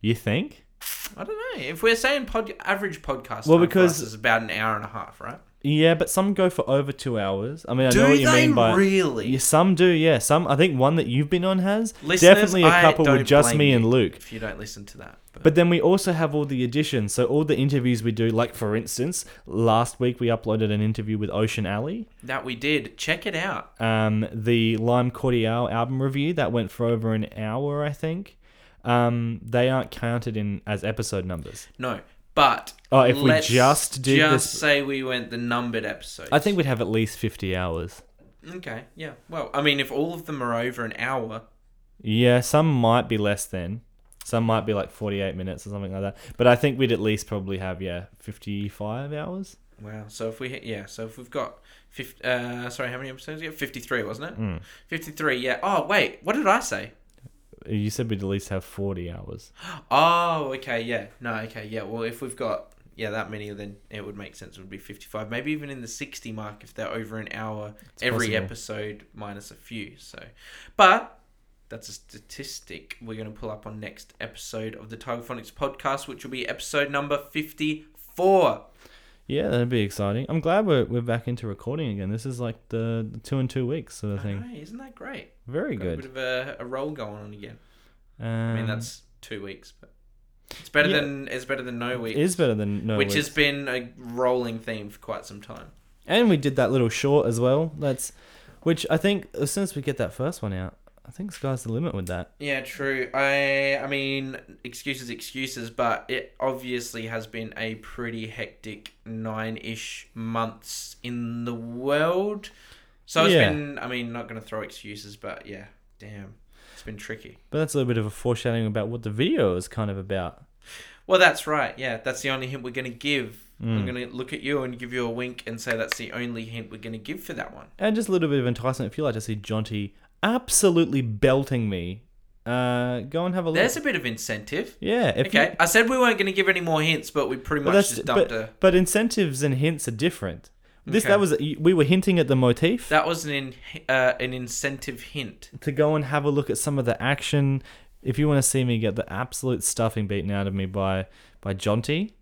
S4: You think?
S5: I don't know. If we're saying pod- average podcast
S4: Well,
S5: time for
S4: because-
S5: us is about an hour and a half, right?
S4: Yeah, but some go for over two hours. I mean, I
S5: Do
S4: know what you
S5: they
S4: mean by
S5: really?
S4: Yeah, some do. Yeah, some. I think one that you've been on has
S5: Listeners,
S4: definitely a
S5: I
S4: couple
S5: don't
S4: with just
S5: blame
S4: me
S5: you
S4: and Luke.
S5: If you don't listen to that. But,
S4: But then we also have all the additions. So all the interviews we do, like for instance, last week we uploaded an interview with Ocean Alley,
S5: that we did. Check it out.
S4: um, the Lime Cordial album review that went for over an hour, I think. Um, they aren't counted in as episode numbers.
S5: No. But
S4: Oh, if we
S5: let's
S4: just did
S5: just
S4: this-
S5: say we went the numbered episodes.
S4: I think we'd have at least fifty hours.
S5: Okay, yeah. Well, I mean, if all of them are over an hour,
S4: Yeah, some might be less than. Some might be like 48 minutes or something like that. But I think we'd at least probably have, yeah, 55 hours.
S5: wow. So if we, hit- yeah, so if we've got, 50, uh, sorry, how many episodes? Yeah, fifty-three, wasn't
S4: Hmm.
S5: it? Fifty-three. Yeah. Oh wait, what did I say?
S4: You said we'd at least have 40 hours.
S5: Oh, okay, yeah. No, okay, yeah. Well, if we've got yeah that many, then it would make sense. It would be fifty-five, maybe even in the sixty mark if they're over an hour every
S4: possible.
S5: episode minus a few. So, but that's a statistic we're going to pull up on next episode of the Tiger Phonics podcast, which will be episode number fifty-four.
S4: Yeah, that'd be exciting. I'm glad we're, we're back into recording again. This is like the, the two and two weeks sort of
S5: I
S4: thing.
S5: know, isn't that great?
S4: Very
S5: Got A
S4: good.
S5: bit of a, a roll going on again.
S4: Um,
S5: I mean, that's two weeks, but it's better
S4: Yeah.
S5: than it's better than no week,
S4: it is better than no weeks.
S5: which has been a rolling theme for quite some time.
S4: And we did that little short as well. That's, which I think as soon as we get that first one out, I think sky's the limit with that.
S5: Yeah, true. I I mean, excuses, excuses, but it obviously has been a pretty hectic nine-ish months in the world. So it's
S4: Yeah.
S5: been. I mean, not gonna throw excuses, but yeah, damn, it's been tricky.
S4: But that's a little bit of a foreshadowing about what the video is kind of about.
S5: Well, that's right. Yeah, that's the only hint we're gonna give.
S4: Hmm.
S5: I'm gonna look at you and give you a wink and say that's the only hint we're gonna give for that one.
S4: And just a little bit of enticement if you like to see Jonty absolutely belting me. Uh, go and have a look.
S5: There's a bit of incentive.
S4: yeah, if you-
S5: Okay, I said we weren't gonna give any more hints, but we pretty
S4: but
S5: much
S4: that's
S5: just dumped
S4: but,
S5: a.
S4: but incentives and hints are different. This
S5: Okay.
S4: that was we were hinting at the motif
S5: That was an in, uh, an incentive hint.
S4: to go and have a look at some of the action. If you want to see me get the absolute stuffing beaten out of me by by Jonty,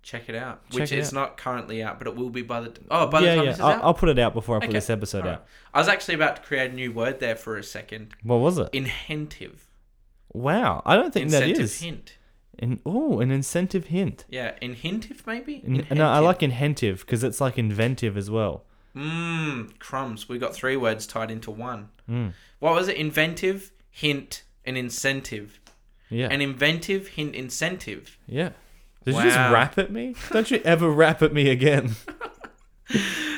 S5: Check it out,
S4: Check
S5: which
S4: it
S5: is
S4: out.
S5: not currently out, but it will be by the oh by
S4: yeah,
S5: the time
S4: yeah,
S5: this is out.
S4: I'll, I'll put it out before I put
S5: Okay,
S4: this episode
S5: alright.
S4: out.
S5: I was actually about to create a new word there for a second.
S4: What was it?
S5: Incentive.
S4: Wow, I don't think
S5: Incentive
S4: that is.
S5: hint.
S4: An, oh, an incentive hint.
S5: Yeah, incentive maybe.
S4: In, no, I like incentive because it's like inventive as well.
S5: Mmm, crumbs. We got three words tied into one.
S4: Mm.
S5: What was it? Inventive, hint, and incentive.
S4: Yeah.
S5: An inventive, hint, incentive.
S4: Yeah. Did you just
S5: Wow.
S4: rap at me? Don't you ever rap at me again.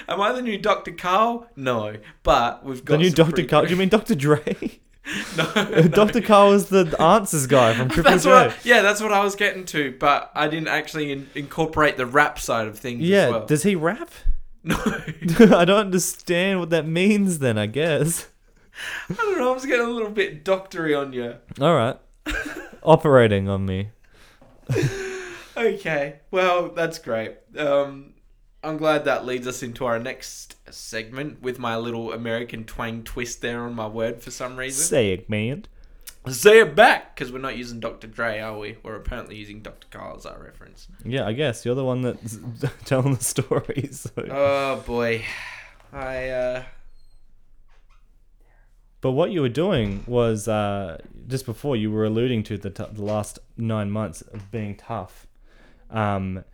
S5: Am I the new Dr. Carl? No, but we've got
S4: the new
S5: some
S4: Dr.
S5: pretty-
S4: Carl. Do you mean Dr. Dre?
S5: no, no.
S4: Dr. Carl is the answers guy from Triple
S5: That's
S4: J.
S5: what, yeah, that's what I was getting to, but I didn't actually in, incorporate the rap side of things.
S4: yeah,
S5: as well.
S4: does he rap?
S5: no, I
S4: I don't understand what that means then, I guess.
S5: don't know. I was getting a little bit doctory on you.
S4: All right. Operating on me.
S5: Okay, well, that's great. Um, I'm glad that leads us into our next segment with my little American twang twist there on my word for some reason.
S4: Say it, man.
S5: Say it back, because we're not using Dr. Dre, are we? We're apparently using Dr. Carl as our reference.
S4: Yeah, I guess. You're the one that's telling the story. So.
S5: Oh boy, I uh,
S4: But what you were doing was, uh, just before, you were alluding to the, t- the last nine months of being tough. Um,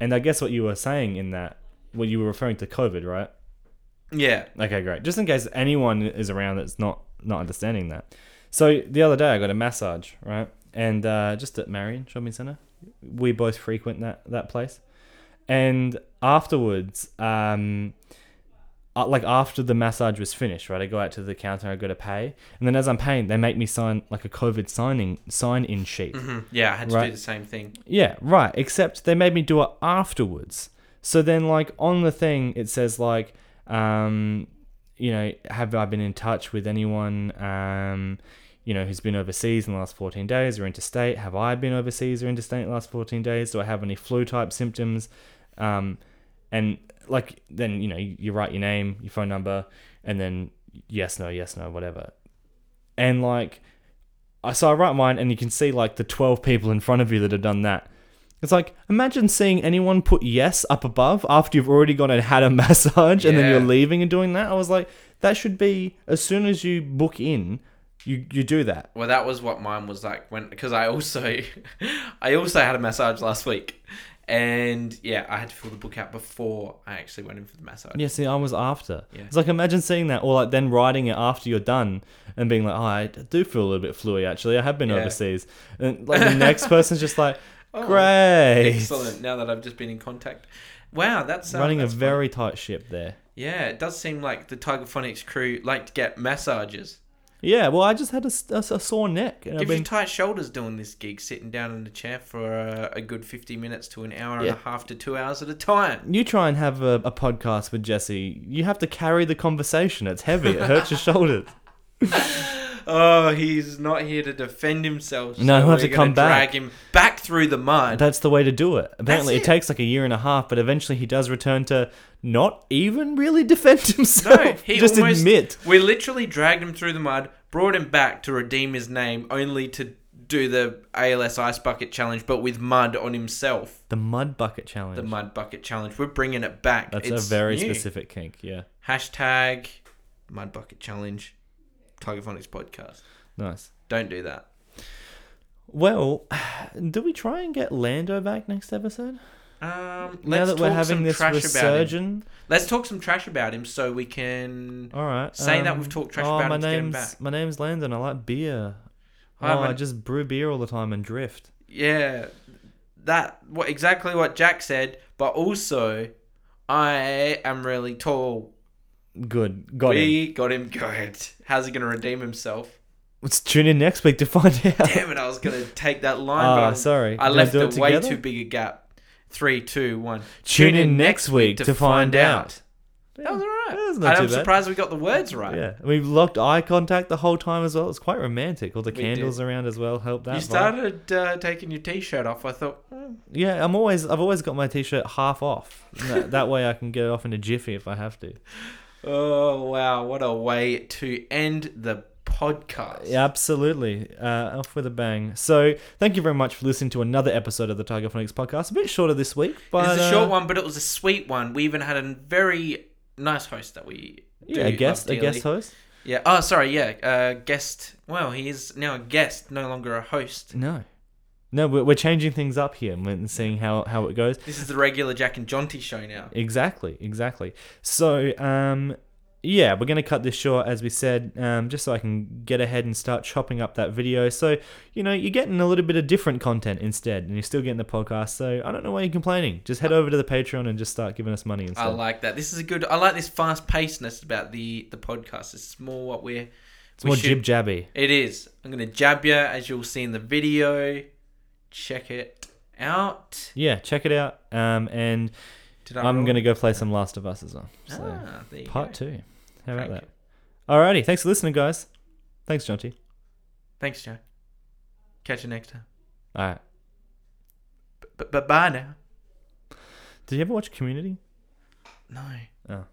S4: and I guess what you were saying in that, well, you were referring to COVID, right?
S5: yeah,
S4: Okay, great. Just in case anyone is around that's not not understanding that. So the other day I got a massage, right? And uh, just at Marion Shopping Centre, we both frequent that that place. And afterwards, um, uh, like after the massage was finished, right? I go out to the counter, I go to pay, and then as I'm paying, they make me sign like a COVID signing sign in sheet.
S5: mm, yeah, I had to
S4: Right.
S5: do the same thing.
S4: Yeah, right. Except they made me do it afterwards. So then, like on the thing, it says like, um, you know, have I been in touch with anyone, um, you know, who's been overseas in the last fourteen days or interstate? Have I been overseas or interstate in the last fourteen days? Do I have any flu type symptoms? Um, and like then you know you you write your name, your phone number, and then yes, no, yes, no, whatever and like I so I write mine, and you can see like the twelve people in front of you that have done that. It's like imagine seeing anyone put yes up above after you've already gone and had a massage, and then you're
S5: Yeah.
S4: leaving and doing that. I was like, that should be as soon as you book in, you you do that.
S5: Well, that was what mine was like when because I also I also had a massage last week, and yeah, I had to fill the book out before I actually went in for the massage.
S4: Yeah, see, I was after.
S5: Yeah.
S4: It's like imagine seeing that, or like then writing it after you're done and being like, oh, I do feel a little bit fluey actually. I have been
S5: Yeah. Oh,
S4: overseas, and like the next person's just like, great,
S5: Excellent. Now that I've just been in contact, wow, that's uh,
S4: running a
S5: that's fun.
S4: very tight ship there.
S5: yeah. It does seem like the Tiger Phonics crew like to get massages.
S4: Yeah, well, I just had a, s- a s- a sore neck, and I've
S5: Give
S4: been
S5: you tight shoulders doing this gig, sitting down in the chair for uh, a good fifty minutes to an hour
S4: Yeah.
S5: and a half to two hours at a time.
S4: you try and have a, a podcast with Jesse, you have to carry the conversation. It's heavy. It hurts your shoulders.
S5: Oh, he's not here to defend himself.
S4: No, he'll have
S5: we're
S4: to come
S5: gonna
S4: back.
S5: Drag him back through the mud.
S4: That's the way to do it. Apparently, it.
S5: it.
S4: takes like a year and a half, but eventually he does return to not even really defend himself.
S5: No, he
S4: just
S5: almost,
S4: admit.
S5: We literally dragged him through the mud, brought him back to redeem his name, only to do the ALS Ice Bucket Challenge, but with mud on himself.
S4: The mud bucket challenge.
S5: The Mud Bucket Challenge. We're bringing it back.
S4: That's
S5: It's
S4: a very
S5: new.
S4: specific kink. Yeah.
S5: Hashtag Mud Bucket Challenge, Tiger Phonics Podcast.
S4: Nice.
S5: Don't do that.
S4: Well, do we try and get Lando back next episode?
S5: Um, let's
S4: now that we're
S5: talk
S4: having
S5: some
S4: this
S5: trash about him.
S4: resurgence.
S5: Let's talk some trash about him so we can.
S4: All right.
S5: Saying that we've talked trash
S4: oh,
S5: about
S4: my
S5: him to get him
S4: name's
S5: back.
S4: my name's Lando, and I like beer.
S5: Hi,
S4: oh,
S5: my-
S4: I just brew beer all the time and drift.
S5: Yeah, that what exactly what Jack said, but also I am really tall.
S4: Good. Got it.
S5: we got him good. How's he gonna redeem himself?
S4: Let's tune in next week to find out.
S5: Damn it! I was gonna take that line,
S4: Ah,
S5: but I'm-
S4: sorry.
S5: I
S4: Did I
S5: left
S4: do
S5: a
S4: it
S5: way
S4: together?
S5: too big a gap. Three, two, one.
S4: Tune in next week to find out.
S5: That was alright.
S4: That was
S5: And
S4: not
S5: I'm
S4: too bad.
S5: surprised we got the words right.
S4: Yeah, we locked eye contact the whole time as well. It's quite romantic. All the candles
S5: did.
S4: around as well help that.
S5: You
S4: vibe.
S5: started uh, taking your t-shirt off. I thought, mm,
S4: Yeah, I'm always. I've always got my t-shirt half off. that, that way, I can get it off in a jiffy if I have to.
S5: oh wow, what a way to end the podcast.
S4: Yeah, absolutely. Uh, off with a bang. So, thank you very much for listening to another episode of the Tiger Phonics podcast. A bit shorter this week, but
S5: It's a
S4: uh,
S5: short one, but it was a sweet one. We even had a very nice host that we do
S4: Yeah, a guest,
S5: love
S4: a guest
S5: dearly.
S4: host.
S5: Yeah. Oh, sorry. Yeah, uh, guest. Well, he is now a guest, no longer a host.
S4: No, no, we're, we're changing things up here and seeing how how it goes.
S5: This is the regular Jack and Jonty show now.
S4: Exactly, exactly. So, um, yeah, we're going to cut this short, as we said, um, just so I can get ahead and start chopping up that video. So, you know, you're getting a little bit of different content instead, and you're still getting the podcast. So, I don't know why you're complaining. Just head over to the Patreon and just start giving us money
S5: I
S4: instead.
S5: like that. This is a good. I like this fast pacedness about the the podcast. It's more what we're.
S4: it's more jib jabby.
S5: It is. I'm gonna jab you as you'll see in the video. Check it out.
S4: Yeah, check it out. Um, and
S5: Did
S4: I'm
S5: roll?
S4: going to go play some Last of Us as well. So,
S5: Ah, there you
S4: part
S5: go.
S4: two. How about
S5: Crank
S4: that? Alrighty, thanks for listening, guys. Thanks, Jonty.
S5: Thanks, Jack. Catch you next time.
S4: All right.
S5: But bye now.
S4: Did you ever watch Community?
S5: No.
S4: Oh.